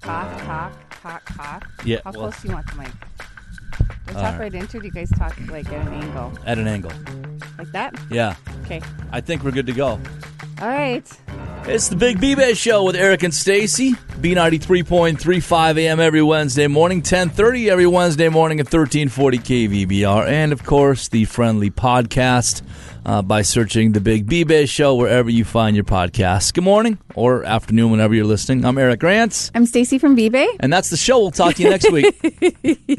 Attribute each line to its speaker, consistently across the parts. Speaker 1: Cock, cock, cock, cock.
Speaker 2: Yeah,
Speaker 1: How
Speaker 2: well- uh,
Speaker 1: close do you want the mic? Do you talk
Speaker 2: All right.
Speaker 1: right into it? or Do you guys talk like at an angle?
Speaker 2: at an angle.
Speaker 1: Like that?
Speaker 2: Yeah,
Speaker 1: Okay.
Speaker 2: I think we're good to go.
Speaker 1: All right.
Speaker 2: It's the Big B-Bay Show with Eric and Stacy. B93.35 AM every Wednesday morning, 1030 every Wednesday morning at 1340 KVBR. And, of course, the friendly podcast uh, by searching the Big B-Bay Show wherever you find your podcasts. Good morning or afternoon whenever you're listening. I'm Eric Rants,
Speaker 1: I'm Stacy from B-Bay.
Speaker 2: and that's the show. We'll talk to you next week.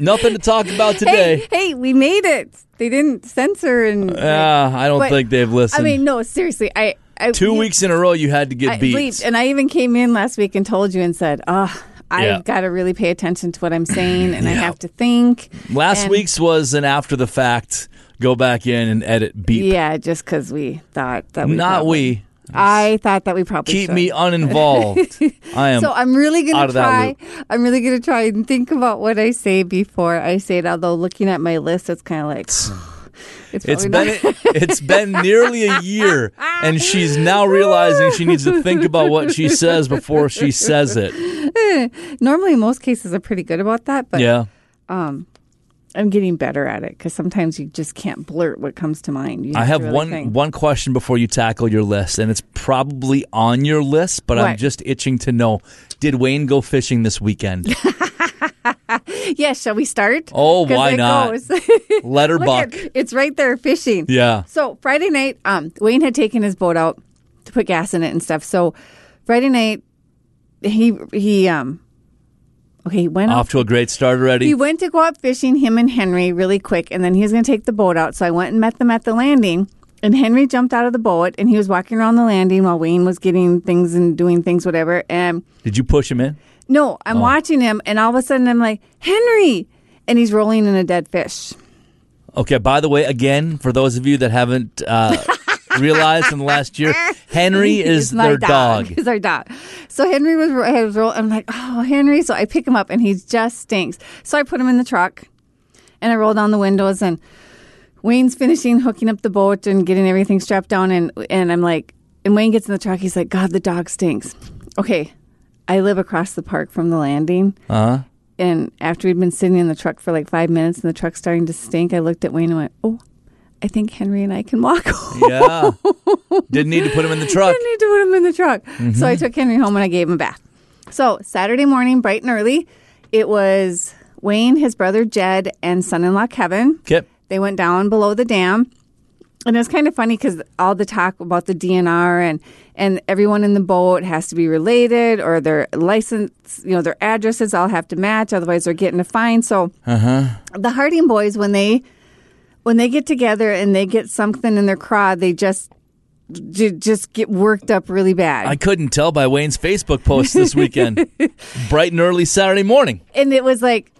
Speaker 2: Nothing to talk about today.
Speaker 1: Hey, hey, we made it. They didn't censor and.
Speaker 2: Uh, I don't
Speaker 1: But-
Speaker 2: think they've
Speaker 1: I
Speaker 2: listened.
Speaker 1: mean, no, seriously. I, I
Speaker 2: Two
Speaker 1: you-
Speaker 2: weeks in a row you had to get
Speaker 1: I
Speaker 2: beat.
Speaker 1: bleeped, and I even came in last week and told you and said, "Oh, I
Speaker 2: Yeah.
Speaker 1: have got to really pay attention to what I'm saying, and I have to think."
Speaker 2: Last
Speaker 1: And-
Speaker 2: week's was an after the fact go back in and edit beep.
Speaker 1: Yeah, just because we thought that we
Speaker 2: Not
Speaker 1: probably-
Speaker 2: we.
Speaker 1: I thought that we probably
Speaker 2: Keep
Speaker 1: should.
Speaker 2: me uninvolved. I am
Speaker 1: So I'm really
Speaker 2: out
Speaker 1: gonna
Speaker 2: of that
Speaker 1: try.
Speaker 2: loop.
Speaker 1: I'm really gonna try and think about what I say before I say it. Although looking at my list, it's kind of like it's
Speaker 2: It's
Speaker 1: probably
Speaker 2: been
Speaker 1: not.
Speaker 2: it's been nearly a year and she's now realizing she needs to think about what she says before she says it.
Speaker 1: Normally, most cases are pretty good about that, but
Speaker 2: Yeah.
Speaker 1: I'm getting better at it because sometimes you just can't blurt what comes to mind. You
Speaker 2: I
Speaker 1: have
Speaker 2: have
Speaker 1: to really
Speaker 2: one
Speaker 1: think.
Speaker 2: one question before you tackle your list and it's probably on your list but I'm
Speaker 1: What?
Speaker 2: just itching to know did Wayne go fishing this weekend?
Speaker 1: Yeah, shall we start?
Speaker 2: Oh,
Speaker 1: 'Cause
Speaker 2: why
Speaker 1: it
Speaker 2: not?
Speaker 1: goes.
Speaker 2: Letter
Speaker 1: Look
Speaker 2: buck.
Speaker 1: at- it's right there fishing.
Speaker 2: Yeah.
Speaker 1: So Friday night, um, Wayne had taken his boat out to put gas in it and stuff. So Friday night, he he um, okay, he went
Speaker 2: Off to a great start already.
Speaker 1: He went to go out fishing, him and Henry, really quick, and then he was going to take the boat out. So I went and met them at the landing. And Henry jumped out of the boat and he was walking around the landing while Wayne was getting things and doing things, whatever. And
Speaker 2: Did you push him in?
Speaker 1: no, I'm watching him, and all of a sudden I'm like, Henry! And he's rolling in a dead fish.
Speaker 2: Okay, by the way, again, for those of you that haven't uh, realized in the last year, Henry is
Speaker 1: He's my
Speaker 2: their dog.
Speaker 1: He's our dog. So Henry was, I was roll, I'm like, oh, Henry. So I pick him up and he just stinks. So I put him in the truck and I roll down the windows and Wayne's finishing hooking up the boat and getting everything strapped down. And, and I'm like, and Wayne gets in the truck. He's like, God, the dog stinks. Okay. I live across the park from the landing.
Speaker 2: Uh huh.
Speaker 1: And after we'd been sitting in the truck for like five minutes and the truck's starting to stink, I looked at Wayne and went, oh, I think Henry and I can walk home.
Speaker 2: Yeah. Didn't need to put him in the truck.
Speaker 1: I need to put him in the truck. So I took Henry home and I gave him a bath. So Saturday morning, bright and early, it was Wayne, his brother Jed, and son in law Kevin.
Speaker 2: Kip.
Speaker 1: They went down below the dam. And it was kind of funny because all the talk about the DNR and, and everyone in the boat has to be related or their license, you know, their addresses all have to match. Otherwise, they're getting a fine. So the Harding boys, when they when they get together and they get something in their craw, they just j- just get worked up really bad.
Speaker 2: I couldn't tell by Wayne's Facebook post this weekend. Bright and early Saturday morning.
Speaker 1: and it was like,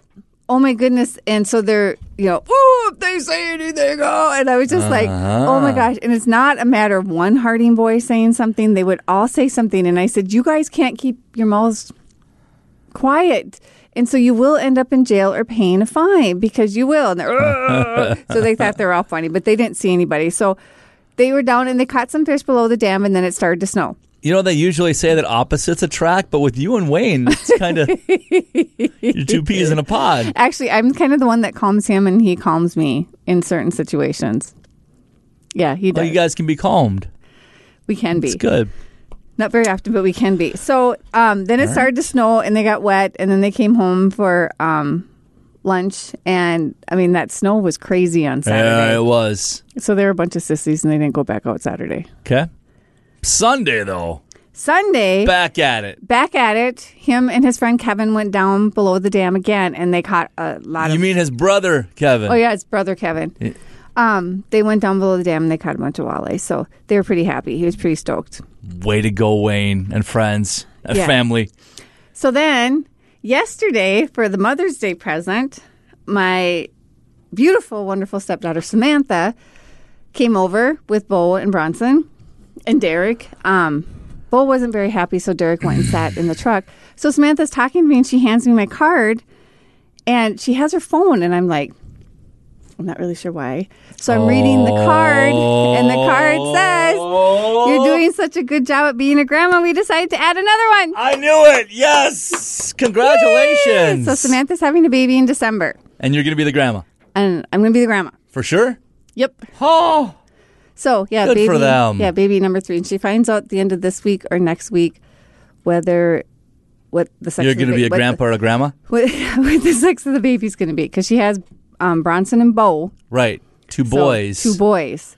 Speaker 1: oh my goodness! And so they're you know, oh, if they say anything, oh, and I was just like, oh my gosh! And it's not a matter of one Harding boy saying something; they would all say something, and I said, you guys can't keep your mouths quiet. And so you will end up in jail or paying a fine because you will. And they're, "Ugh." so they thought they were all funny, but they didn't see anybody. So they were down and they caught some fish below the dam, and then it started to snow.
Speaker 2: You know, they usually say that opposites attract, but with you and Wayne, it's kind of you're two peas in a pod.
Speaker 1: Actually, I'm kind of the one that calms him and he calms me in certain situations. Yeah, he
Speaker 2: Well,
Speaker 1: does.
Speaker 2: you guys can be calmed.
Speaker 1: we can be.
Speaker 2: It's good.
Speaker 1: Not very often, but we can be. So um, then it started to snow and they got wet and then they came home for um, lunch. And I mean, that snow was crazy on
Speaker 2: Yeah, it
Speaker 1: Saturday.
Speaker 2: was.
Speaker 1: so there were a bunch of sissies and they didn't go back out Saturday.
Speaker 2: Okay. Sunday, though,
Speaker 1: Sunday.
Speaker 2: back at it.
Speaker 1: Back at it, him and his friend Kevin went down below the dam again, and they caught a lot
Speaker 2: You
Speaker 1: of.
Speaker 2: mean his brother, Kevin?
Speaker 1: Oh yeah, it's brother Kevin. Um, they went down below the dam and they caught a bunch of walleye, so they were pretty happy. He was pretty stoked.
Speaker 2: Way to go, Wayne and friends and
Speaker 1: Yeah.
Speaker 2: family.
Speaker 1: So then, yesterday for the Mother's Day present, my beautiful, wonderful stepdaughter Samantha came over with Bo and Bronson and Derek. Um, Bo wasn't very happy, so Derek went and sat in the truck. So Samantha's talking to me and she hands me my card and she has her phone, and I'm like, I'm
Speaker 2: Oh.
Speaker 1: not really sure why. So I'm reading the card, and the card says, You're doing doing such a good job at being a grandma, we decided to add another one.
Speaker 2: I knew it. Yes. Congratulations.
Speaker 1: So Samantha's having a baby in December,
Speaker 2: and you're going to be the grandma
Speaker 1: and I'm going to be the grandma.
Speaker 2: for sure.
Speaker 1: Yep.
Speaker 2: Oh,
Speaker 1: So yeah,
Speaker 2: Good
Speaker 1: baby,
Speaker 2: for them.
Speaker 1: yeah, baby number three, and she finds out at the end of this week or next week whether what the sex
Speaker 2: you're
Speaker 1: of the
Speaker 2: going to be a
Speaker 1: ba- what
Speaker 2: grandpa or a grandma,
Speaker 1: the, what, what the sex of the baby's going to be because she has um, Bronson and Bo,
Speaker 2: right? Two
Speaker 1: so
Speaker 2: boys.
Speaker 1: two boys.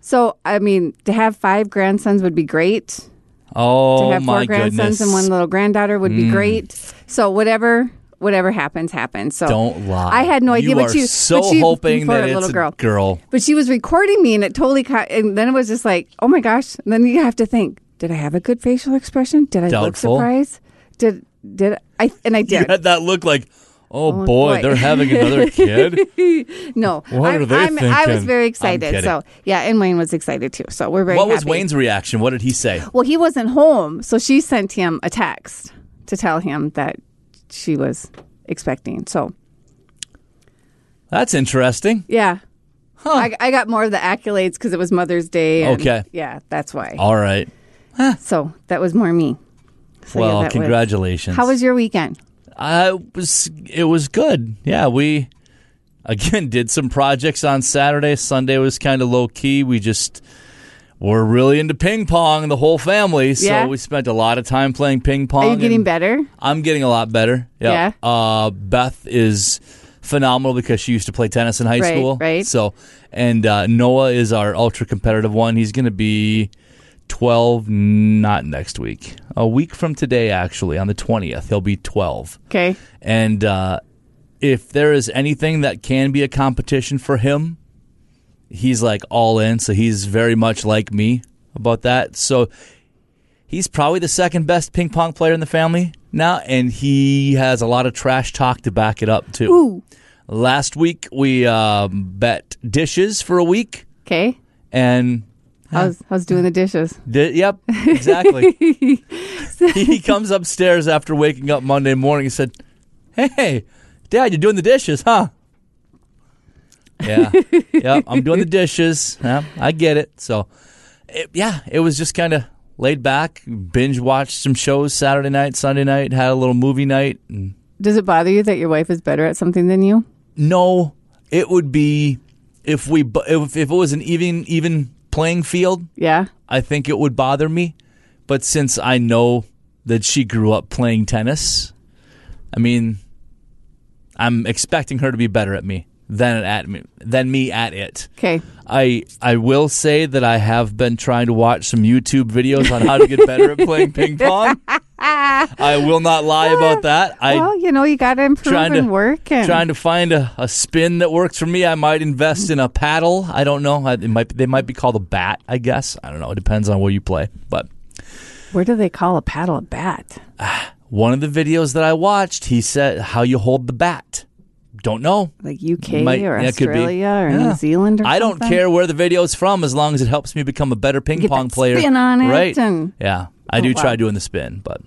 Speaker 1: So I mean, to have five grandsons would be great.
Speaker 2: oh
Speaker 1: to have four
Speaker 2: my
Speaker 1: grandsons
Speaker 2: goodness! Mm.
Speaker 1: and one little granddaughter would be great. So whatever whatever happens happens. So
Speaker 2: Don't lie.
Speaker 1: I had no idea,
Speaker 2: You
Speaker 1: but
Speaker 2: are
Speaker 1: she-
Speaker 2: so
Speaker 1: but she-
Speaker 2: hoping
Speaker 1: for
Speaker 2: that
Speaker 1: a
Speaker 2: it's
Speaker 1: little
Speaker 2: a
Speaker 1: girl.
Speaker 2: girl.
Speaker 1: But she was recording me, and it totally caught. And then it was just like, oh my gosh. And then you have to think: Did I have a good facial expression? Did I
Speaker 2: Doubtful.
Speaker 1: look surprised? Did did I? And I
Speaker 2: You
Speaker 1: did.
Speaker 2: had that look like, oh, boy,
Speaker 1: boy.
Speaker 2: they're having another kid.
Speaker 1: no,
Speaker 2: What
Speaker 1: I'm-
Speaker 2: are they
Speaker 1: I'm- I was
Speaker 2: thinking?
Speaker 1: very
Speaker 2: I'm
Speaker 1: excited.
Speaker 2: kidding.
Speaker 1: So yeah, and Wayne was excited too. So we're very.
Speaker 2: what was
Speaker 1: happy.
Speaker 2: Wayne's reaction? What did he say?
Speaker 1: Well, he wasn't home, so she sent him a text to tell him that she was expecting. So
Speaker 2: That's interesting.
Speaker 1: yeah. I, I got more of the accolades because it was Mother's Day. and-
Speaker 2: Okay.
Speaker 1: Yeah, that's why.
Speaker 2: All right.
Speaker 1: So that was more me. So, yeah,
Speaker 2: well,
Speaker 1: that was-
Speaker 2: congratulations.
Speaker 1: How was your weekend?
Speaker 2: I was it was good. Yeah, we again did some projects on Saturday. Sunday was kind of low key. We just were really into ping pong, the whole family. So
Speaker 1: Yeah.
Speaker 2: we spent a lot of time playing ping pong.
Speaker 1: Are you getting
Speaker 2: and
Speaker 1: better?
Speaker 2: I'm getting a lot better. Yeah.
Speaker 1: Yeah.
Speaker 2: Uh, Beth is phenomenal because she used to play tennis in high
Speaker 1: Right,
Speaker 2: school.
Speaker 1: right.
Speaker 2: So, and uh, Noah is our ultra competitive one. He's going to be 12, not next week, a week from today, actually, on the 20th. He'll be 12.
Speaker 1: Okay.
Speaker 2: And uh, if there is anything that can be a competition for him, he's like all in. So he's very much like me about that. So he's probably the second best ping pong player in the family now, and he has a lot of trash talk to back it up too.
Speaker 1: Ooh.
Speaker 2: Last week we um, bet dishes for a week,
Speaker 1: Okay.
Speaker 2: and
Speaker 1: How's how's doing the dishes?
Speaker 2: Di- yep, exactly. he, he comes upstairs after waking up Monday morning and said, "Hey, Dad, you're doing the dishes, huh?" Yeah, yep, I'm doing the dishes. Yeah, I get it. So, it, yeah, it was just kind of laid back, binge watched some shows Saturday night, Sunday night, had a little movie night, and
Speaker 1: Does it bother you that your wife is better at something than you?
Speaker 2: no, it would be if we bu- if, if it was an even even playing field.
Speaker 1: Yeah.
Speaker 2: I think it would bother me. But since I know that she grew up playing tennis, I mean, I'm expecting her to be better at me than at me than me at it.
Speaker 1: Okay.
Speaker 2: I I will say that I have been trying to watch some YouTube videos on how to get better at playing ping pong. I will not lie about that. I
Speaker 1: Ah, well, you know, you got to improve
Speaker 2: trying to-
Speaker 1: and work. And
Speaker 2: trying to find a, a spin that works for me. I might invest in a paddle. I don't know. I, it might be- they might be called a bat. I guess I don't know. It depends on where you play, but.
Speaker 1: where do they call a paddle a bat?
Speaker 2: One of the videos that I watched, he said how you hold the bat. Don't know.
Speaker 1: Like UK
Speaker 2: Might-
Speaker 1: or
Speaker 2: yeah, it could be.
Speaker 1: Australia or
Speaker 2: Yeah.
Speaker 1: New Zealand or
Speaker 2: I don't
Speaker 1: something?
Speaker 2: care where the video's from as long as it helps me become a better ping
Speaker 1: Get
Speaker 2: pong
Speaker 1: that
Speaker 2: player.
Speaker 1: spin on it
Speaker 2: right.
Speaker 1: and-
Speaker 2: yeah. I
Speaker 1: Oh,
Speaker 2: do
Speaker 1: wow.
Speaker 2: try doing the spin, but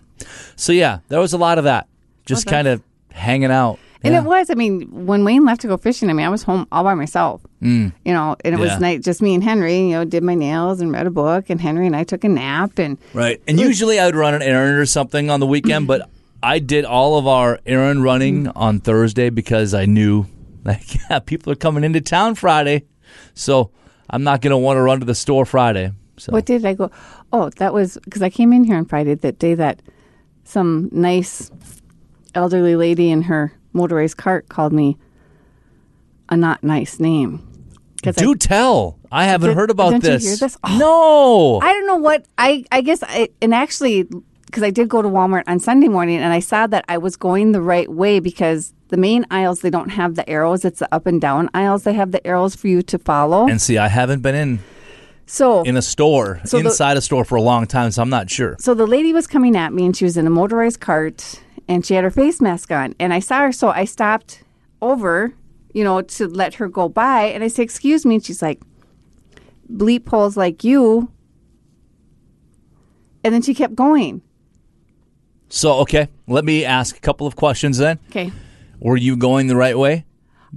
Speaker 2: so yeah, there was a lot of that. Just
Speaker 1: Oh,
Speaker 2: kind of hanging out.
Speaker 1: And
Speaker 2: Yeah.
Speaker 1: it was, I mean, when Wayne left to go fishing, I mean, I was home all by myself. Mm. You know, and it
Speaker 2: Yeah.
Speaker 1: was night, just me and Henry, you know, did my nails and read a book, and Henry and I took a nap. And
Speaker 2: Right. And usually I would run an errand or something on the weekend, but I did all of our errand running on Thursday because I knew, like, yeah, people are coming into town Friday. So I'm not going to want to run to the store Friday. So
Speaker 1: what did I go? Oh, that was because I came in here on Friday, that day that some nice elderly lady in her motorized cart called me a not nice name. 'Cause I
Speaker 2: Do tell. I haven't
Speaker 1: Did-
Speaker 2: heard about
Speaker 1: didn't you
Speaker 2: this.
Speaker 1: hear this? Oh.
Speaker 2: No.
Speaker 1: I don't know what I. I guess I and actually because I did go to Walmart on Sunday morning and I saw that I was going the right way because the main aisles they don't have the arrows. It's the up and down aisles they have the arrows for you to follow.
Speaker 2: and see, I haven't been in
Speaker 1: so.
Speaker 2: in a store
Speaker 1: So the-
Speaker 2: inside a store for a long time, so I'm not sure.
Speaker 1: so the lady was coming at me and she was in a motorized cart and she had her face mask on and I saw her so I stopped over, you know, to let her go by and I said, "Excuse me." And she's like, "Bleep poles like you." And then she kept going.
Speaker 2: So, okay, let me ask a couple of questions then.
Speaker 1: Okay.
Speaker 2: Were you going the right way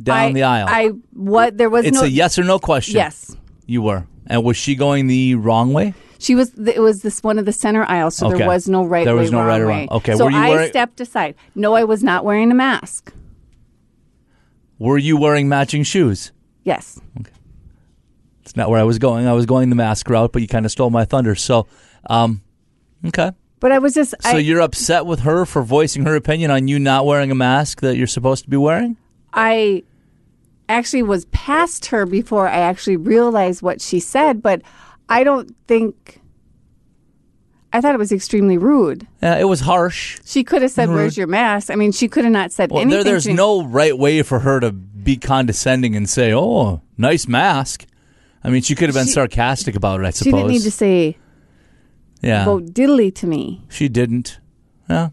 Speaker 2: down
Speaker 1: I-
Speaker 2: the aisle?
Speaker 1: I what there was
Speaker 2: it's
Speaker 1: no
Speaker 2: a yes or no question.
Speaker 1: yes.
Speaker 2: You were. And was she going the wrong way?
Speaker 1: She was. th- It was this one of the center aisles, so
Speaker 2: Okay.
Speaker 1: there was no right.
Speaker 2: There
Speaker 1: way,
Speaker 2: was no
Speaker 1: wrong
Speaker 2: right or
Speaker 1: way.
Speaker 2: wrong. Okay,
Speaker 1: So
Speaker 2: were you
Speaker 1: I
Speaker 2: wearing-
Speaker 1: stepped aside. No, I was not wearing a mask.
Speaker 2: Were you wearing matching shoes?
Speaker 1: Yes.
Speaker 2: It's not where I was going. I was going the mask route, but you kind of stole my thunder. So, um, okay.
Speaker 1: But I was just.
Speaker 2: So
Speaker 1: I,
Speaker 2: you're upset with her for voicing her opinion on you not wearing a mask that you're supposed to be wearing?
Speaker 1: I actually was past her before I actually realized what she said, but I don't think I thought it was extremely rude.
Speaker 2: Uh, it was harsh.
Speaker 1: She could have said, "Where's your mask?" I mean, she could have not said
Speaker 2: Well,
Speaker 1: anything.
Speaker 2: there, there's
Speaker 1: to me.
Speaker 2: no right way for her to be condescending and say, "Oh, nice mask." I mean, she could have been sarcastic about it. I suppose.
Speaker 1: She didn't need to say
Speaker 2: yeah,
Speaker 1: "oh diddly" to me.
Speaker 2: she didn't. Yeah.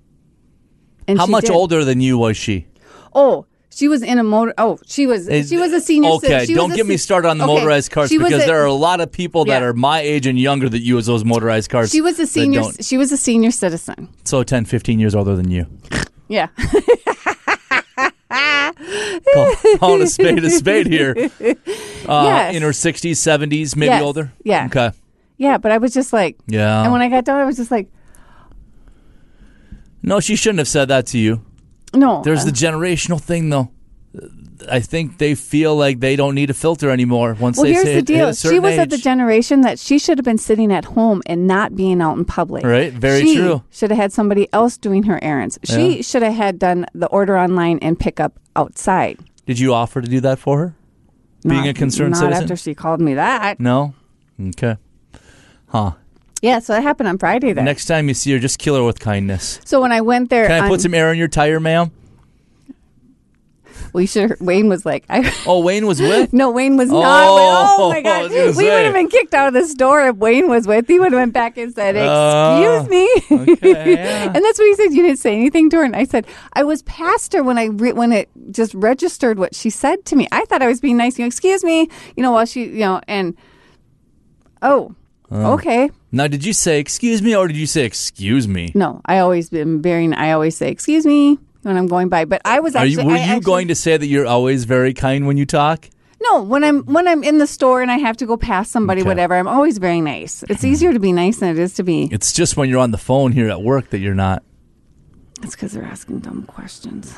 Speaker 1: And
Speaker 2: How
Speaker 1: she
Speaker 2: much
Speaker 1: did.
Speaker 2: older than you was she?
Speaker 1: Oh, she was in a motor. Oh, she was.
Speaker 2: Is-
Speaker 1: she was a senior. ci-
Speaker 2: Okay,
Speaker 1: she was
Speaker 2: don't
Speaker 1: a
Speaker 2: get me
Speaker 1: ci-
Speaker 2: started on the
Speaker 1: Okay,
Speaker 2: motorized cars
Speaker 1: she was
Speaker 2: because
Speaker 1: a-
Speaker 2: there are a lot of people that
Speaker 1: Yeah.
Speaker 2: are my age and younger that use those motorized cars.
Speaker 1: She was a
Speaker 2: that
Speaker 1: senior.
Speaker 2: don't.
Speaker 1: She was a senior citizen.
Speaker 2: So 10, 15 years older than you.
Speaker 1: Yeah.
Speaker 2: Call, calling a spade a spade here. Uh,
Speaker 1: Yes.
Speaker 2: In her 60s, 70s, maybe
Speaker 1: Yes,
Speaker 2: older?
Speaker 1: yeah.
Speaker 2: Okay.
Speaker 1: yeah, but I was just like,
Speaker 2: Yeah.
Speaker 1: and when I got done, I was just like,
Speaker 2: no, she shouldn't have said that to you.
Speaker 1: no.
Speaker 2: There's the generational thing, though. I think they feel like they don't need a filter anymore once
Speaker 1: Well,
Speaker 2: they
Speaker 1: here's
Speaker 2: say
Speaker 1: the
Speaker 2: hit- hit
Speaker 1: deal.
Speaker 2: a
Speaker 1: She
Speaker 2: certain
Speaker 1: was at the
Speaker 2: age.
Speaker 1: generation that she should have been sitting at home and not being out in public.
Speaker 2: Right, very
Speaker 1: She
Speaker 2: true.
Speaker 1: Should have had somebody else doing her errands. She
Speaker 2: Yeah.
Speaker 1: should have had done the order online and pick up outside.
Speaker 2: Did you offer to do that for her? Being
Speaker 1: Not-
Speaker 2: a concerned
Speaker 1: not
Speaker 2: citizen? Mm.
Speaker 1: after she called me that.
Speaker 2: No? Okay. Huh.
Speaker 1: Yeah, so that happened on Friday. Then.
Speaker 2: Next time you see her, just kill her with kindness.
Speaker 1: so when I went there,
Speaker 2: Can I
Speaker 1: on,
Speaker 2: put some air in your tire, ma'am?
Speaker 1: we should. Wayne was like, I.
Speaker 2: Oh, Wayne was with?
Speaker 1: No, Wayne was not. with-
Speaker 2: Oh,
Speaker 1: Oh my
Speaker 2: I
Speaker 1: god,
Speaker 2: was
Speaker 1: we
Speaker 2: gonna
Speaker 1: would
Speaker 2: say.
Speaker 1: have been kicked out of the store if Wayne was with. He would have went back and said,
Speaker 2: Uh,
Speaker 1: "Excuse me."
Speaker 2: okay, yeah.
Speaker 1: and that's what he said. You didn't say anything to her, and I said, "I was past her when I re- when it just registered what she said to me. I thought I was being nice. You know, excuse me. You know, while she, you know, and oh, okay."
Speaker 2: Now, did you say excuse me or did you say excuse me?
Speaker 1: No, I always been bearing. I always say, "Excuse me." When I'm going by, but I was
Speaker 2: Are
Speaker 1: actually.
Speaker 2: you, were
Speaker 1: I
Speaker 2: you
Speaker 1: actually-
Speaker 2: going to say that you're always very kind when you talk?
Speaker 1: No, when I'm when I'm in the store and I have to go past somebody,
Speaker 2: Okay.
Speaker 1: whatever, I'm always very nice. It's easier to be nice than it is to be.
Speaker 2: It's just when you're on the phone here at work that you're not.
Speaker 1: It's because they're asking dumb questions.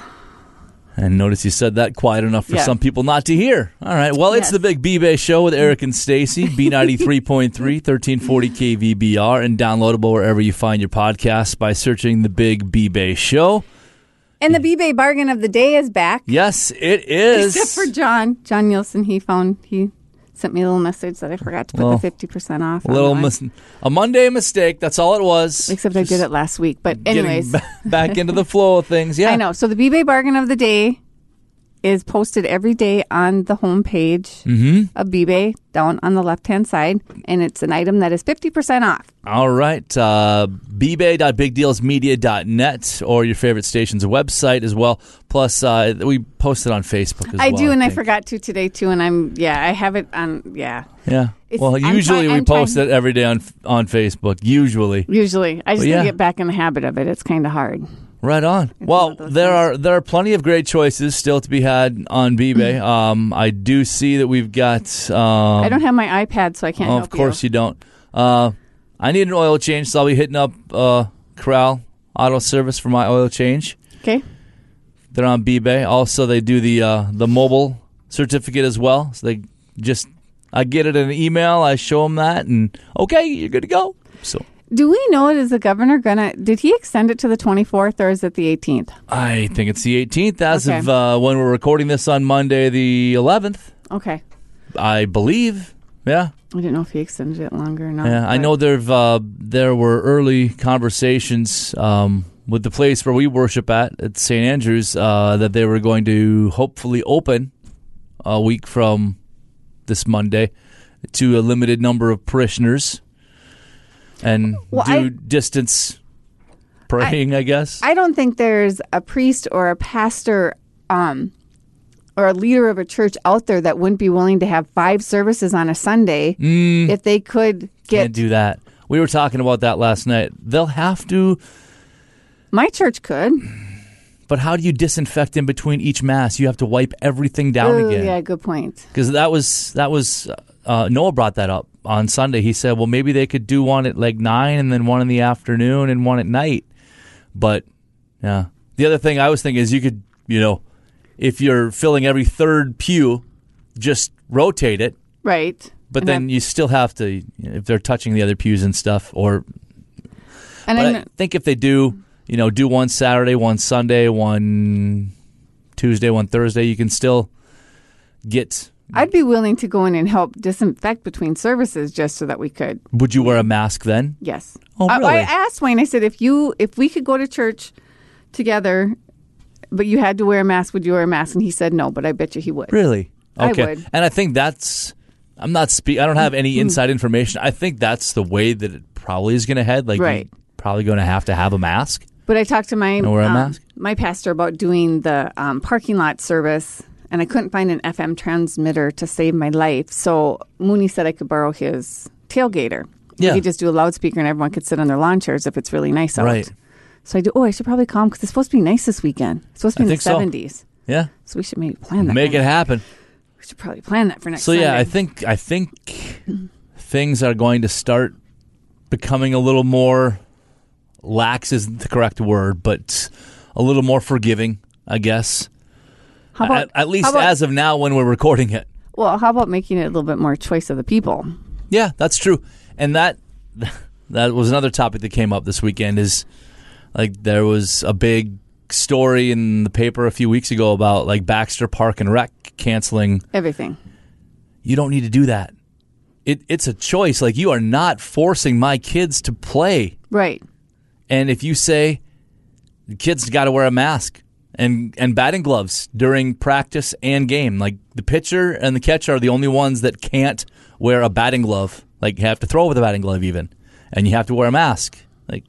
Speaker 2: And notice you said that quiet enough for
Speaker 1: Yeah.
Speaker 2: some people not to hear. All right. Well, it's
Speaker 1: Yes.
Speaker 2: the Big B-Bay Show with Eric and Stacy, B93.3, 1340 KVBR, and downloadable wherever you find your podcasts by searching the Big B-Bay Show.
Speaker 1: And the B-Bay bargain of the day is back.
Speaker 2: Yes, it is.
Speaker 1: Except for John. John Nielsen, he found he sent me a little message that I forgot to put
Speaker 2: Well,
Speaker 1: the fifty percent off.
Speaker 2: a little
Speaker 1: online.
Speaker 2: mis- a Monday mistake. That's all it was.
Speaker 1: Except I did it last week. But
Speaker 2: Getting
Speaker 1: anyways,
Speaker 2: ba- back into the flow of things. Yeah.
Speaker 1: I know. So the B-Bay bargain of the day is posted every day on the homepage
Speaker 2: Mm-hmm.
Speaker 1: of B-Bay down on the left hand side, and it's an item that is fifty percent off.
Speaker 2: All right. Uh, bbay.bigdealsmedia.net or your favorite station's website as well. Plus, uh, we post it on Facebook as well.
Speaker 1: I do, and I,
Speaker 2: think.
Speaker 1: forgot to today too. And I'm yeah, I have it on yeah.
Speaker 2: Yeah.
Speaker 1: It's-
Speaker 2: well,
Speaker 1: I'm
Speaker 2: usually
Speaker 1: try-
Speaker 2: we
Speaker 1: I'm
Speaker 2: post
Speaker 1: trying-
Speaker 2: it every day on on Facebook. Usually,
Speaker 1: Usually, I just need
Speaker 2: Well,
Speaker 1: to
Speaker 2: yeah.
Speaker 1: get back in the habit of it. It's kind of hard.
Speaker 2: right on.
Speaker 1: one
Speaker 2: well,
Speaker 1: of
Speaker 2: there
Speaker 1: those
Speaker 2: are there are plenty of great choices still to be had on bbay. um, I do see that we've got. Um,
Speaker 1: Mm-hmm.
Speaker 2: oh,
Speaker 1: I don't have my iPad, so I can't.
Speaker 2: Of
Speaker 1: help
Speaker 2: course you, don't. Uh, I need an oil change, so I'll be hitting up uh, Corral Auto Service for my oil change.
Speaker 1: you. Okay.
Speaker 2: They're on bbay. Also, they do the uh, the mobile certificate as well. So they just I get it in an email. I show them that, and okay, you're good to go. So
Speaker 1: Do we know is the governor gonna? Did he extend it to the 24th or is it the 18th?
Speaker 2: I think it's the 18th as
Speaker 1: Okay.
Speaker 2: of uh, when we're recording this on Monday, the 11th,
Speaker 1: Okay,
Speaker 2: I believe. Yeah,
Speaker 1: I didn't know if he extended it longer or not.
Speaker 2: yeah. I
Speaker 1: but-
Speaker 2: know there've uh, there were early conversations um, with the place where we worship at at St. Andrews uh, that they were going to hopefully open a week from this Monday to a limited number of parishioners and
Speaker 1: Well,
Speaker 2: do
Speaker 1: I-
Speaker 2: distance praying. I, guess
Speaker 1: I don't think there's a priest or a pastor. Um, or a leader of a church out there that wouldn't be willing to have five services on a Sunday if they could
Speaker 2: Mm. can't
Speaker 1: get
Speaker 2: do that. We were talking about that last night. They'll have to.
Speaker 1: my church could.
Speaker 2: But how do you disinfect in between each mass? You have to wipe everything down
Speaker 1: Ooh,
Speaker 2: again.
Speaker 1: Yeah, good point.
Speaker 2: Because that was that was uh, Noah brought that up on Sunday, he said, well, maybe they could do one at like nine and then one in the afternoon and one at night. But yeah, the other thing I was thinking is you could, you know, if you're filling every third pew, just rotate it.
Speaker 1: right?
Speaker 2: But
Speaker 1: And
Speaker 2: then you still have to, you know, if they're touching the other pews and stuff, or
Speaker 1: I- and
Speaker 2: but
Speaker 1: I,
Speaker 2: I think if they do, you know, do one Saturday, one Sunday, one Tuesday, one Thursday, you can still get.
Speaker 1: I'd be willing to go in and help disinfect between services just so that we could.
Speaker 2: Would you wear a mask then?
Speaker 1: Yes.
Speaker 2: Oh,
Speaker 1: I- I,
Speaker 2: really?
Speaker 1: asked Wayne. I said, if you if we could go to church together, but you had to wear a mask, would you wear a mask? And he said no, but I bet you he would.
Speaker 2: Really?
Speaker 1: I
Speaker 2: Okay.
Speaker 1: would.
Speaker 2: And I think that's. I'm not speak. I don't have any inside information. I think that's the way that it probably is going to head. Like,
Speaker 1: Right.
Speaker 2: you're probably going to have to have a mask.
Speaker 1: But I talked to my
Speaker 2: wear a
Speaker 1: um,
Speaker 2: mask?
Speaker 1: my pastor about doing the um, parking lot service, and I couldn't find an FM transmitter to save my life. So Mooney said I could borrow his tailgater.
Speaker 2: Yeah.
Speaker 1: We could just do a loudspeaker, and everyone could sit on their lawn chairs if it's really nice out.
Speaker 2: Right.
Speaker 1: So I do. Oh, I should probably call him because it's supposed to be nice this weekend. It's supposed to be
Speaker 2: I
Speaker 1: in the
Speaker 2: think so.
Speaker 1: seventies.
Speaker 2: Yeah.
Speaker 1: So we should maybe plan that.
Speaker 2: Make
Speaker 1: for-
Speaker 2: it happen.
Speaker 1: We should probably plan that for next.
Speaker 2: So yeah,
Speaker 1: Sunday.
Speaker 2: I think I think things are going to start becoming a little more lax isn't the correct word, but a little more forgiving, I guess.
Speaker 1: How about
Speaker 2: at, at least
Speaker 1: how about-
Speaker 2: as of now when we're recording it.
Speaker 1: well, how about making it a little bit more choice of the people?
Speaker 2: Yeah, that's true. And that that was another topic that came up this weekend is like there was a big story in the paper a few weeks ago about like Baxter Park and Rec canceling
Speaker 1: Everything.
Speaker 2: you don't need to do that. It, it's a choice. Like you are not forcing my kids to play.
Speaker 1: Right.
Speaker 2: And if you say the kids got to wear a mask and and batting gloves during practice and game, like the pitcher and the catcher are the only ones that can't wear a batting glove. Like you have to throw with a batting glove even, and you have to wear a mask. Like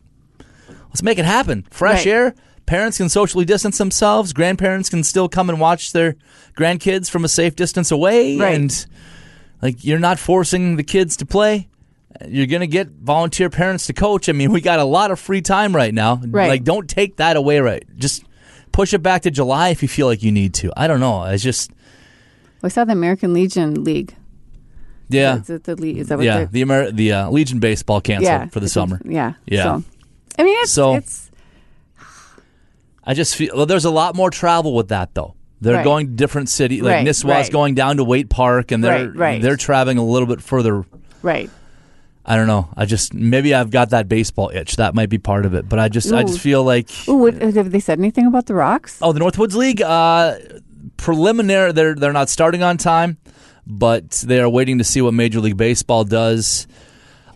Speaker 2: let's make it happen. Fresh
Speaker 1: Right.
Speaker 2: air. Parents can socially distance themselves. Grandparents can still come and watch their grandkids from a safe distance away.
Speaker 1: Right.
Speaker 2: And like you're not forcing the kids to play you're going to get volunteer parents to coach. I mean, we got a lot of free time right now.
Speaker 1: Right.
Speaker 2: Like, don't take that away, right? Just push it back to July if you feel like you need to. I don't know. It's just,
Speaker 1: We saw the American Legion League.
Speaker 2: yeah.
Speaker 1: Is it the league? Is that what
Speaker 2: Yeah.
Speaker 1: they're-
Speaker 2: The Amer- the uh, Legion Baseball canceled for the
Speaker 1: it's-
Speaker 2: summer.
Speaker 1: Yeah.
Speaker 2: Yeah.
Speaker 1: So, I mean, it's,
Speaker 2: So-
Speaker 1: it's
Speaker 2: I just feel well, there's a lot more travel with that, though. They're
Speaker 1: Right.
Speaker 2: going to different city, like
Speaker 1: Right,
Speaker 2: Nisswa's
Speaker 1: right.
Speaker 2: going down to Waite Park, and they're
Speaker 1: Right, right.
Speaker 2: they're traveling a little bit further
Speaker 1: right.
Speaker 2: I don't know. I just maybe I've got that baseball itch. That might be part of it. But I just I
Speaker 1: Ooh.
Speaker 2: just feel like
Speaker 1: Ooh, what, have they said anything about the rocks?
Speaker 2: Oh, the Northwoods League uh, preliminary. They're they're not starting on time, but they are waiting to see what Major League Baseball does.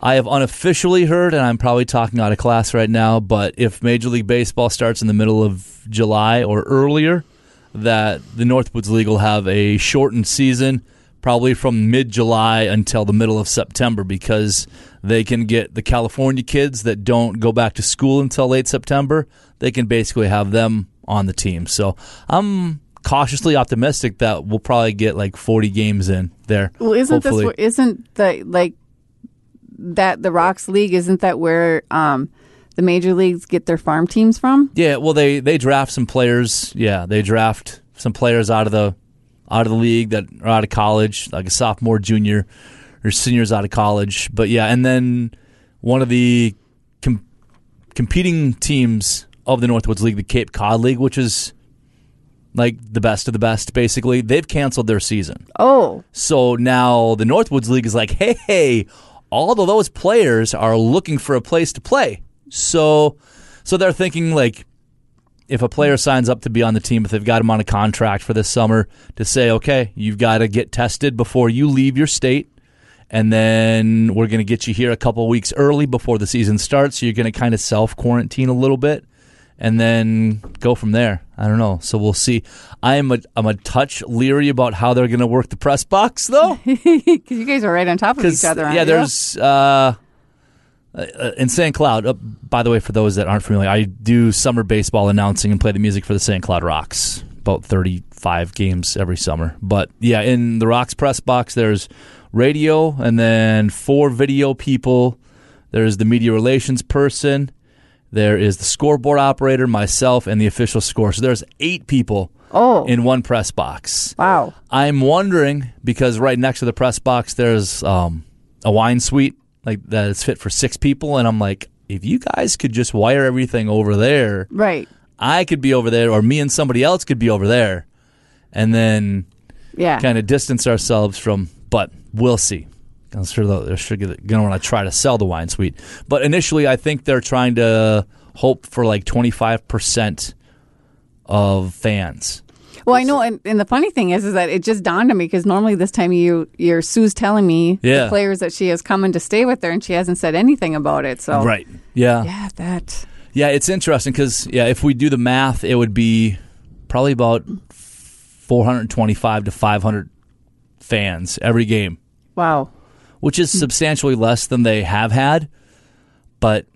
Speaker 2: I have unofficially heard, and I'm probably talking out of class right now, but if Major League Baseball starts in the middle of July or earlier, that the Northwoods League will have a shortened season, probably from mid July until the middle of September, because they can get the California kids that don't go back to school until late September, they can basically have them on the team. So I'm cautiously optimistic that we'll probably get like 40 games in there.
Speaker 1: Well, isn't
Speaker 2: hopefully.
Speaker 1: this where, isn't the like that the rocks league? Isn't that where um, the major leagues get their farm teams from?
Speaker 2: Yeah, well they they draft some players. Yeah, they draft some players out of the out of the league that are out of college, like a sophomore, junior, or seniors out of college. But yeah, and then one of the com- competing teams of the Northwoods League, the Cape Cod League, which is like the best of the best, basically, they've canceled their season.
Speaker 1: Oh,
Speaker 2: So now the Northwoods League is like, hey, hey, all of those players are looking for a place to play. So, so they're thinking like, if a player signs up to be on the team, if they've got him on a contract for this summer, to say, okay, you've got to get tested before you leave your state, and then we're going to get you here a couple weeks early before the season starts. So you're going to kind of self quarantine a little bit, and then go from there. I don't know. So we'll see. I'm a I'm a touch leery about how they're going to work the press box though,
Speaker 1: because you guys are right on top of each other. aren't
Speaker 2: yeah,
Speaker 1: you?
Speaker 2: there's. Uh, uh, in St. Cloud, uh, by the way, for those that aren't familiar, I do summer baseball announcing and play the music for the St. Cloud Rocks, about 35 games every summer. But yeah, in the Rocks press box, there's radio and then four video people. There's the media relations person. There is the scoreboard operator, myself, and the official score. So there's eight people
Speaker 1: oh
Speaker 2: in one press box.
Speaker 1: wow.
Speaker 2: I'm wondering because right next to the press box there's um, a wine suite like that is fit for six people, and I'm like, if you guys could just wire everything over there,
Speaker 1: Right.
Speaker 2: I could be over there, or me and somebody else could be over there, and then
Speaker 1: Yeah.
Speaker 2: kind of distance ourselves from. But we'll see. I'm sure they'll- they're sure going to want to try to sell the wine suite. But initially, I think they're trying to hope for like 25 percent of fans.
Speaker 1: Well, I know, and, and the funny thing is, is that it just dawned on me because normally this time you, your Sue's telling me
Speaker 2: Yeah.
Speaker 1: the players that she is coming to stay with her, and she hasn't said anything about it. So
Speaker 2: Right. Yeah.
Speaker 1: yeah, that
Speaker 2: Yeah, it's interesting because yeah, if we do the math, it would be probably about 425 to 500 fans every game,
Speaker 1: wow,
Speaker 2: which
Speaker 1: Hmm.
Speaker 2: is substantially less than they have had. But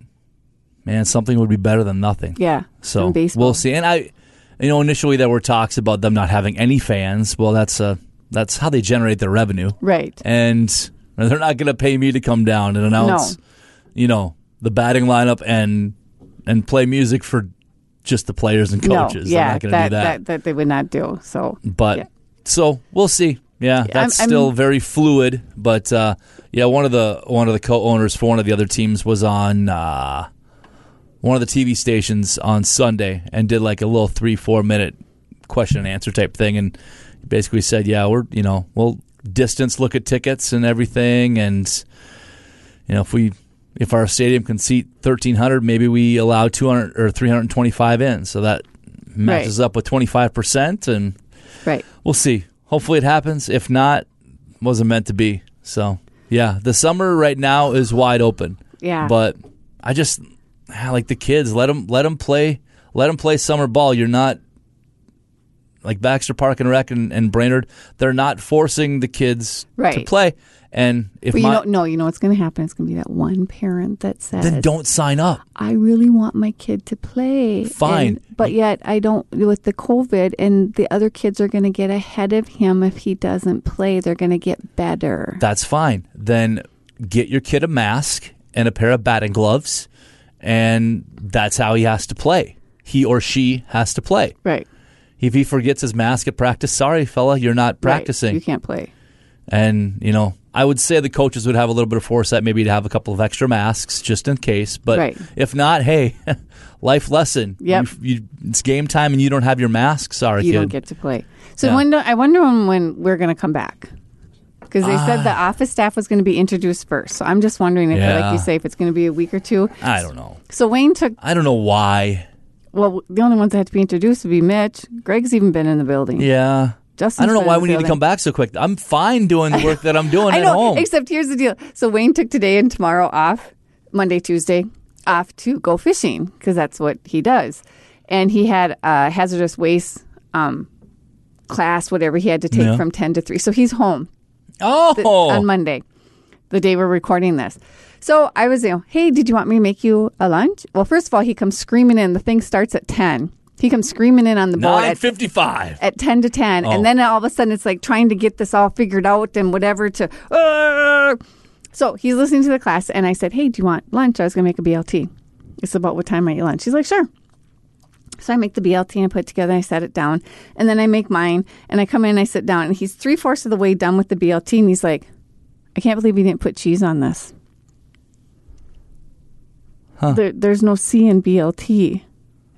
Speaker 2: man, something would be better than nothing.
Speaker 1: yeah.
Speaker 2: so
Speaker 1: in baseball.
Speaker 2: we'll see. And I, you know, initially there were talks about them not having any fans. Well, that's uh, that's how they generate their revenue,
Speaker 1: right.
Speaker 2: and they're not going to pay me to come down and announce, you know, the batting lineup and and play music for just the players and coaches.
Speaker 1: no, yeah,
Speaker 2: they're not going to do that.
Speaker 1: that they would not do. So
Speaker 2: But
Speaker 1: yeah.
Speaker 2: so we'll see. Yeah, that's
Speaker 1: I'm- I'm-
Speaker 2: still very fluid. But uh, yeah, one of the one of the co-owners for one of the other teams was on uh, one of the TV stations on Sunday and did like a little three four minute question and answer type thing, and basically said, "Yeah, we're you know we'll distance look at tickets and everything, and you know if we." If our stadium can seat thirteen hundred, maybe we allow two hundred or three hundred twenty-five in, so that matches up with twenty-five percent, and
Speaker 1: right.
Speaker 2: we'll see. Hopefully it happens. If not, wasn't meant to be. So yeah, the summer right now is wide open.
Speaker 1: Yeah.
Speaker 2: But I just I like the kids. Let them let them play. Let them play summer ball. You're not like Baxter Park and Rec and, and Brainerd. They're not forcing the kids to
Speaker 1: Right.
Speaker 2: play. And if
Speaker 1: But you
Speaker 2: my,
Speaker 1: know, no, you know what's going to happen? It's going to be that one parent that says,
Speaker 2: then don't sign up.
Speaker 1: I really want my kid to play.
Speaker 2: Fine.
Speaker 1: And- but yet I don't with the COVID and the other kids are going to get ahead of him if he doesn't play. They're going to get better.
Speaker 2: That's fine. Then get your kid a mask and a pair of batting gloves, and that's how he has to play. He or she has to play.
Speaker 1: right.
Speaker 2: if he forgets his mask at practice, sorry, fella, you're not practicing.
Speaker 1: Right. You can't play.
Speaker 2: And, you know, I would say the coaches would have a little bit of foresight maybe to have a couple of extra masks just in case. But
Speaker 1: Right.
Speaker 2: if not, hey, life lesson.
Speaker 1: Yep.
Speaker 2: You, you, it's game time and you don't have your mask. Sorry,
Speaker 1: You
Speaker 2: kid.
Speaker 1: don't get to play. So
Speaker 2: Yeah.
Speaker 1: when do, I wonder when, when we're going to come back. Because they said the office staff was going to be introduced first. So I'm just wondering if,
Speaker 2: Ah. Yeah.
Speaker 1: like you say, if it's going to be a week or two.
Speaker 2: I don't know.
Speaker 1: So Wayne took,
Speaker 2: I don't know why.
Speaker 1: well, the only ones that had to be introduced would be Mitch. Greg's even been in the building.
Speaker 2: Yeah.
Speaker 1: Justin's
Speaker 2: I don't know
Speaker 1: been
Speaker 2: why
Speaker 1: in the
Speaker 2: we need to
Speaker 1: building.
Speaker 2: come back so quick. I'm fine doing the work that I'm doing
Speaker 1: I
Speaker 2: at
Speaker 1: know.
Speaker 2: home.
Speaker 1: Except here's the deal. So Wayne took today and tomorrow off, Monday, Tuesday off to go fishing because that's what he does. And he had a hazardous waste um, class, whatever he had to take
Speaker 2: Yeah.
Speaker 1: from ten to three. So he's home
Speaker 2: oh,
Speaker 1: th- on Monday, the day we're recording this. So I was, you know, hey, did you want me to make you a lunch? Well, first of all, he comes screaming in. The thing starts at ten. He comes screaming in on the board at
Speaker 2: 955.
Speaker 1: at 10 to 10
Speaker 2: Oh.
Speaker 1: and then all of a sudden it's like trying to get this all figured out and whatever to uh, so he's listening to the class and i said hey do you want lunch i was going to make a blt it's about what time i eat lunch she's like sure so i make the blt and i put it together and i set it down and then i make mine and i come in and i sit down and he's three-fourths of the way done with the blt and he's like i can't believe you didn't put cheese on this there, there's no C in BLT.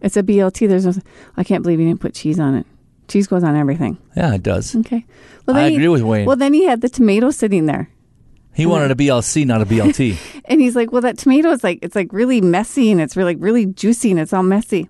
Speaker 1: It's a BLT. There's no. I can't believe you didn't put cheese on it. Cheese goes on everything.
Speaker 2: Yeah, it does.
Speaker 1: Okay. Well,
Speaker 2: I
Speaker 1: he-
Speaker 2: agree with Wayne.
Speaker 1: Well, then he had the tomato sitting there,
Speaker 2: He
Speaker 1: Mm-hmm.
Speaker 2: wanted a BLC, not a BLT.
Speaker 1: and he's like, "Well, that tomato is like it's like really messy, and it's really really juicy, and it's all messy.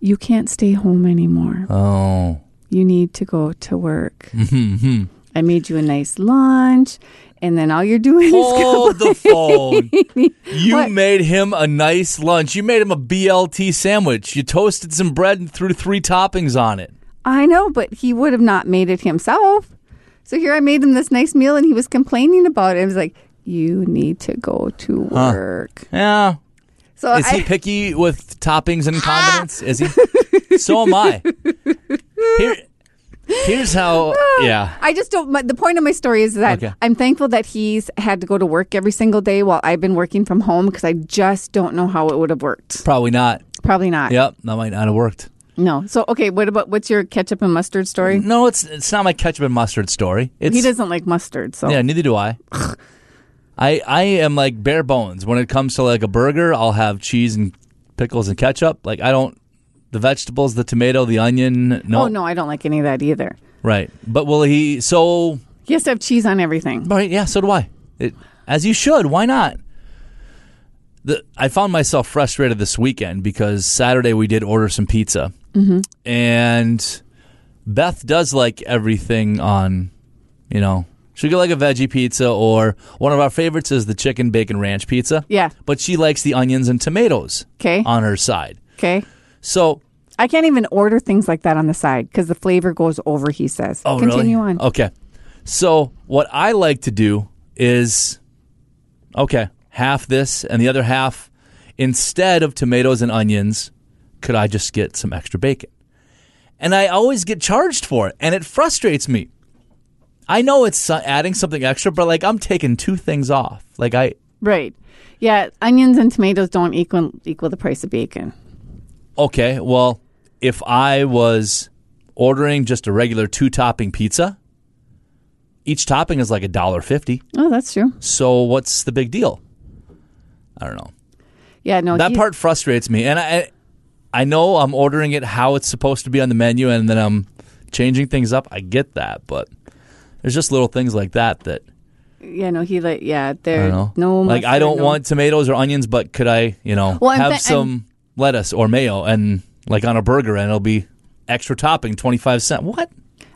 Speaker 1: You can't stay home anymore.
Speaker 2: oh.
Speaker 1: You need to go to work. I made you a nice lunch, and then all you're doing
Speaker 2: Hold the phone.
Speaker 1: is
Speaker 2: You
Speaker 1: What?
Speaker 2: made him a nice lunch. You made him a BLT sandwich. You toasted some bread and threw three toppings on it.
Speaker 1: I know, but he would have not made it himself. So here I made him this nice meal, and he was complaining about it. I was like, "You need to go to work."
Speaker 2: Yeah.
Speaker 1: So
Speaker 2: Is
Speaker 1: I,
Speaker 2: he picky with toppings and condiments? Is he? so am I. Here, here's how. Yeah.
Speaker 1: I just don't. My, the point of my story is that
Speaker 2: Okay.
Speaker 1: I'm thankful that he's had to go to work every single day while I've been working from home because I just don't know how it would have worked.
Speaker 2: Probably not.
Speaker 1: Probably not.
Speaker 2: Yep. That might not have worked.
Speaker 1: No. So okay, what about what's your ketchup and mustard story?
Speaker 2: No, it's it's not my ketchup and mustard story. It's
Speaker 1: He doesn't like mustard, so
Speaker 2: yeah. Neither do I. I I am like bare bones when it comes to like a burger. I'll have cheese and pickles and ketchup. Like I don't the vegetables, the tomato, the onion. No,
Speaker 1: Oh no, I don't like any of that either.
Speaker 2: right. But will he? So
Speaker 1: You have to have cheese on everything.
Speaker 2: right, yeah. So do I. It, as you should. Why not? The, I found myself frustrated this weekend because Saturday we did order some pizza, and Beth does like everything on, you know, she'll get like a veggie pizza or one of our favorites is the chicken bacon ranch pizza.
Speaker 1: Yeah.
Speaker 2: but she likes the onions and tomatoes
Speaker 1: 'Kay.
Speaker 2: on her side.
Speaker 1: Okay.
Speaker 2: So
Speaker 1: I can't even order things like that on the side because the flavor goes over. He says.
Speaker 2: Oh,
Speaker 1: Continue
Speaker 2: really?
Speaker 1: on.
Speaker 2: Okay. So what I like to do is, okay, half this and the other half, instead of tomatoes and onions, could I just get some extra bacon? And I always get charged for it, and it frustrates me. I know it's uh, adding something extra, but like I'm taking two things off. Like I,
Speaker 1: Right. Yeah. Onions and tomatoes don't equal equal the price of bacon.
Speaker 2: okay, well, if I was ordering just a regular two topping pizza, each topping is like a dollar fifty.
Speaker 1: Oh, that's true.
Speaker 2: So what's the big deal? I don't know.
Speaker 1: Yeah. No.
Speaker 2: That
Speaker 1: he-
Speaker 2: part frustrates me, and I, I know I'm ordering it how it's supposed to be on the menu, and then I'm changing things up. I get that, but there's just little things like that that
Speaker 1: Yeah. No. He like. Yeah.
Speaker 2: I
Speaker 1: There.
Speaker 2: don't
Speaker 1: No.
Speaker 2: know. like I
Speaker 1: mustard,
Speaker 2: don't
Speaker 1: no-
Speaker 2: want tomatoes or onions, but could I, you know,
Speaker 1: Well, I'm
Speaker 2: have
Speaker 1: thi-
Speaker 2: some lettuce or mayo and like on a burger, and it'll be extra topping, twenty five cent. What?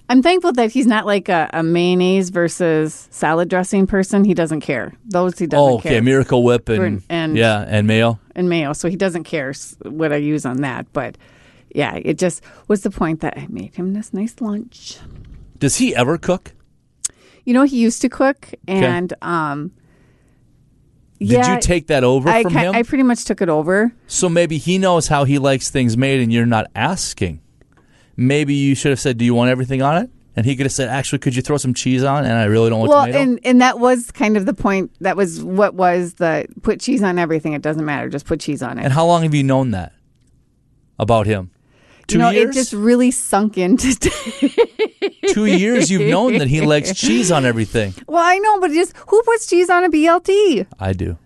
Speaker 1: I'm thankful that he's not like a, a mayonnaise versus salad dressing person. He doesn't care. Those he doesn't
Speaker 2: oh, okay,
Speaker 1: care.
Speaker 2: Miracle Whip and,
Speaker 1: Burn- and-
Speaker 2: yeah, and mayo.
Speaker 1: and mayo, so he doesn't care s- what I use on that. But yeah, it just was the point that I made him this nice lunch.
Speaker 2: Does he ever cook?
Speaker 1: You know, he used to cook, and um, yeah,
Speaker 2: Did you take that over
Speaker 1: I
Speaker 2: from
Speaker 1: ki-
Speaker 2: him?
Speaker 1: I pretty much took it over.
Speaker 2: So maybe he knows how he likes things made and you're not asking. Maybe you should have said, Do you want everything on it? And he could have said, Actually, could you throw some cheese on? And I really don't want
Speaker 1: Well,
Speaker 2: tomato.
Speaker 1: and and that was kind of the point. That was what was the put cheese on everything. It doesn't matter. Just put cheese on it.
Speaker 2: and how long have you known that about him? Two
Speaker 1: you know,
Speaker 2: years?
Speaker 1: it just really sunk into.
Speaker 2: Two years you've known that he likes cheese on everything.
Speaker 1: well, I know, but it just who puts cheese on a BLT?
Speaker 2: I do.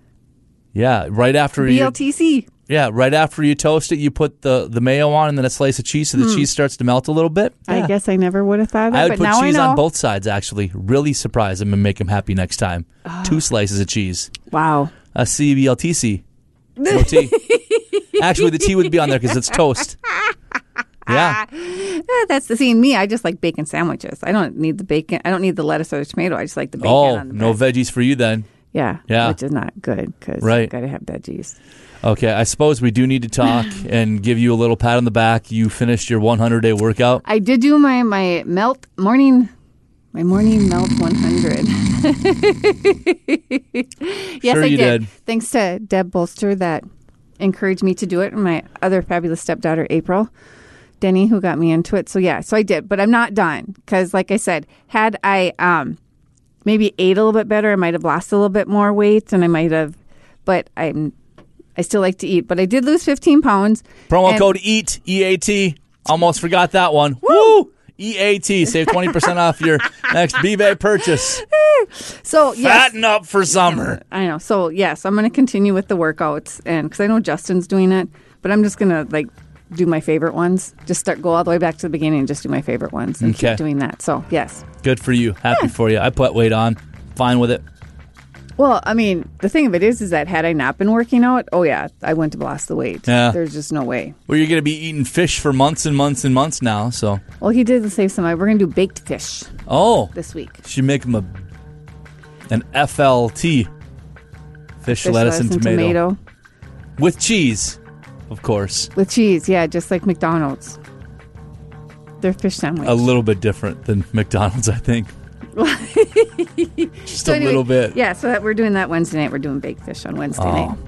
Speaker 2: Yeah, right after you
Speaker 1: BLTC.
Speaker 2: Yeah, right after you toast it, you put the, the mayo on and then a slice of cheese so the cheese starts to melt a little bit.
Speaker 1: Hmm. I
Speaker 2: Yeah.
Speaker 1: guess I never would have thought of that.
Speaker 2: I would
Speaker 1: but
Speaker 2: put
Speaker 1: now
Speaker 2: cheese
Speaker 1: I know.
Speaker 2: on both sides actually. Really surprise him and make him happy next time.
Speaker 1: Ah.
Speaker 2: Two slices of cheese.
Speaker 1: Wow.
Speaker 2: a CBLTC. No tea. Actually, the tea would be on there because it's toast.
Speaker 1: Ah,
Speaker 2: Yeah.
Speaker 1: Eh, that's the scene. Me, I just like bacon sandwiches. I don't need the bacon. I don't need the lettuce or the tomato. I just like the bacon
Speaker 2: Oh,
Speaker 1: on the
Speaker 2: no
Speaker 1: bread.
Speaker 2: veggies for you then.
Speaker 1: Yeah,
Speaker 2: Yeah.
Speaker 1: which is not good because
Speaker 2: Right.
Speaker 1: you got to have veggies.
Speaker 2: Okay, I suppose we do need to talk and give you a little pat on the back. You finished your 100 day workout.
Speaker 1: I did do my my melt morning, my morning melt one hundred. yes, I
Speaker 2: Sure you
Speaker 1: did.
Speaker 2: did.
Speaker 1: Thanks to Deb Bolster that encouraged me to do it, and my other fabulous stepdaughter April. Denny, who got me into it. So yeah, so I did, but I'm not done because, like I said, had I um, maybe ate a little bit better, I might have lost a little bit more weight, and I might have, but I'm, I still like to eat. But I did lose 15 pounds.
Speaker 2: Promo
Speaker 1: And-
Speaker 2: code EAT, EAT. Almost forgot that one. Woo! EAT. Save 20% off your next B-Bay purchase.
Speaker 1: So yes,
Speaker 2: Fatten up for summer.
Speaker 1: I know. So yes, I'm going to continue with the workouts, and because I know Justin's doing it, but I'm just going to like do my favorite ones. Just start go all the way back to the beginning and just do my favorite ones and
Speaker 2: Okay.
Speaker 1: keep doing that. So yes.
Speaker 2: Good for you. Happy for you. I put weight on. Fine with it.
Speaker 1: Well, I mean, the thing of it is, is that had I not been working out, oh yeah, I wouldn't have lost the weight.
Speaker 2: Yeah.
Speaker 1: There's just no way.
Speaker 2: Well, you're going to be eating fish for months and months and months now. So,
Speaker 1: Well, he did save some. We're going to do baked fish
Speaker 2: oh.
Speaker 1: this week.
Speaker 2: Should make them a an FLT fish,
Speaker 1: Fish,
Speaker 2: lettuce, and tomato. with cheese, of course.
Speaker 1: with cheese. Yeah, just like McDonald's. Their fish sandwich.
Speaker 2: A little bit different than McDonald's, I think. Just
Speaker 1: So
Speaker 2: a
Speaker 1: anyway,
Speaker 2: little bit.
Speaker 1: Yeah, so that we're doing that Wednesday night. We're doing baked fish on Wednesday
Speaker 2: Oh,
Speaker 1: night.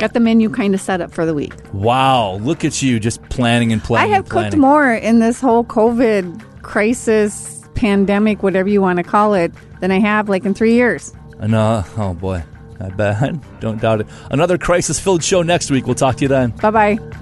Speaker 1: Got the menu kind of set up for the week.
Speaker 2: wow! Look at you, just planning and
Speaker 1: I
Speaker 2: planning.
Speaker 1: have
Speaker 2: and
Speaker 1: cooked
Speaker 2: planning.
Speaker 1: more in this whole COVID crisis, pandemic, whatever you want to call it, than I have like in three years.
Speaker 2: And, uh, oh boy, I bet. Don't doubt it. Another crisis-filled show next week. We'll talk to you then.
Speaker 1: Bye bye.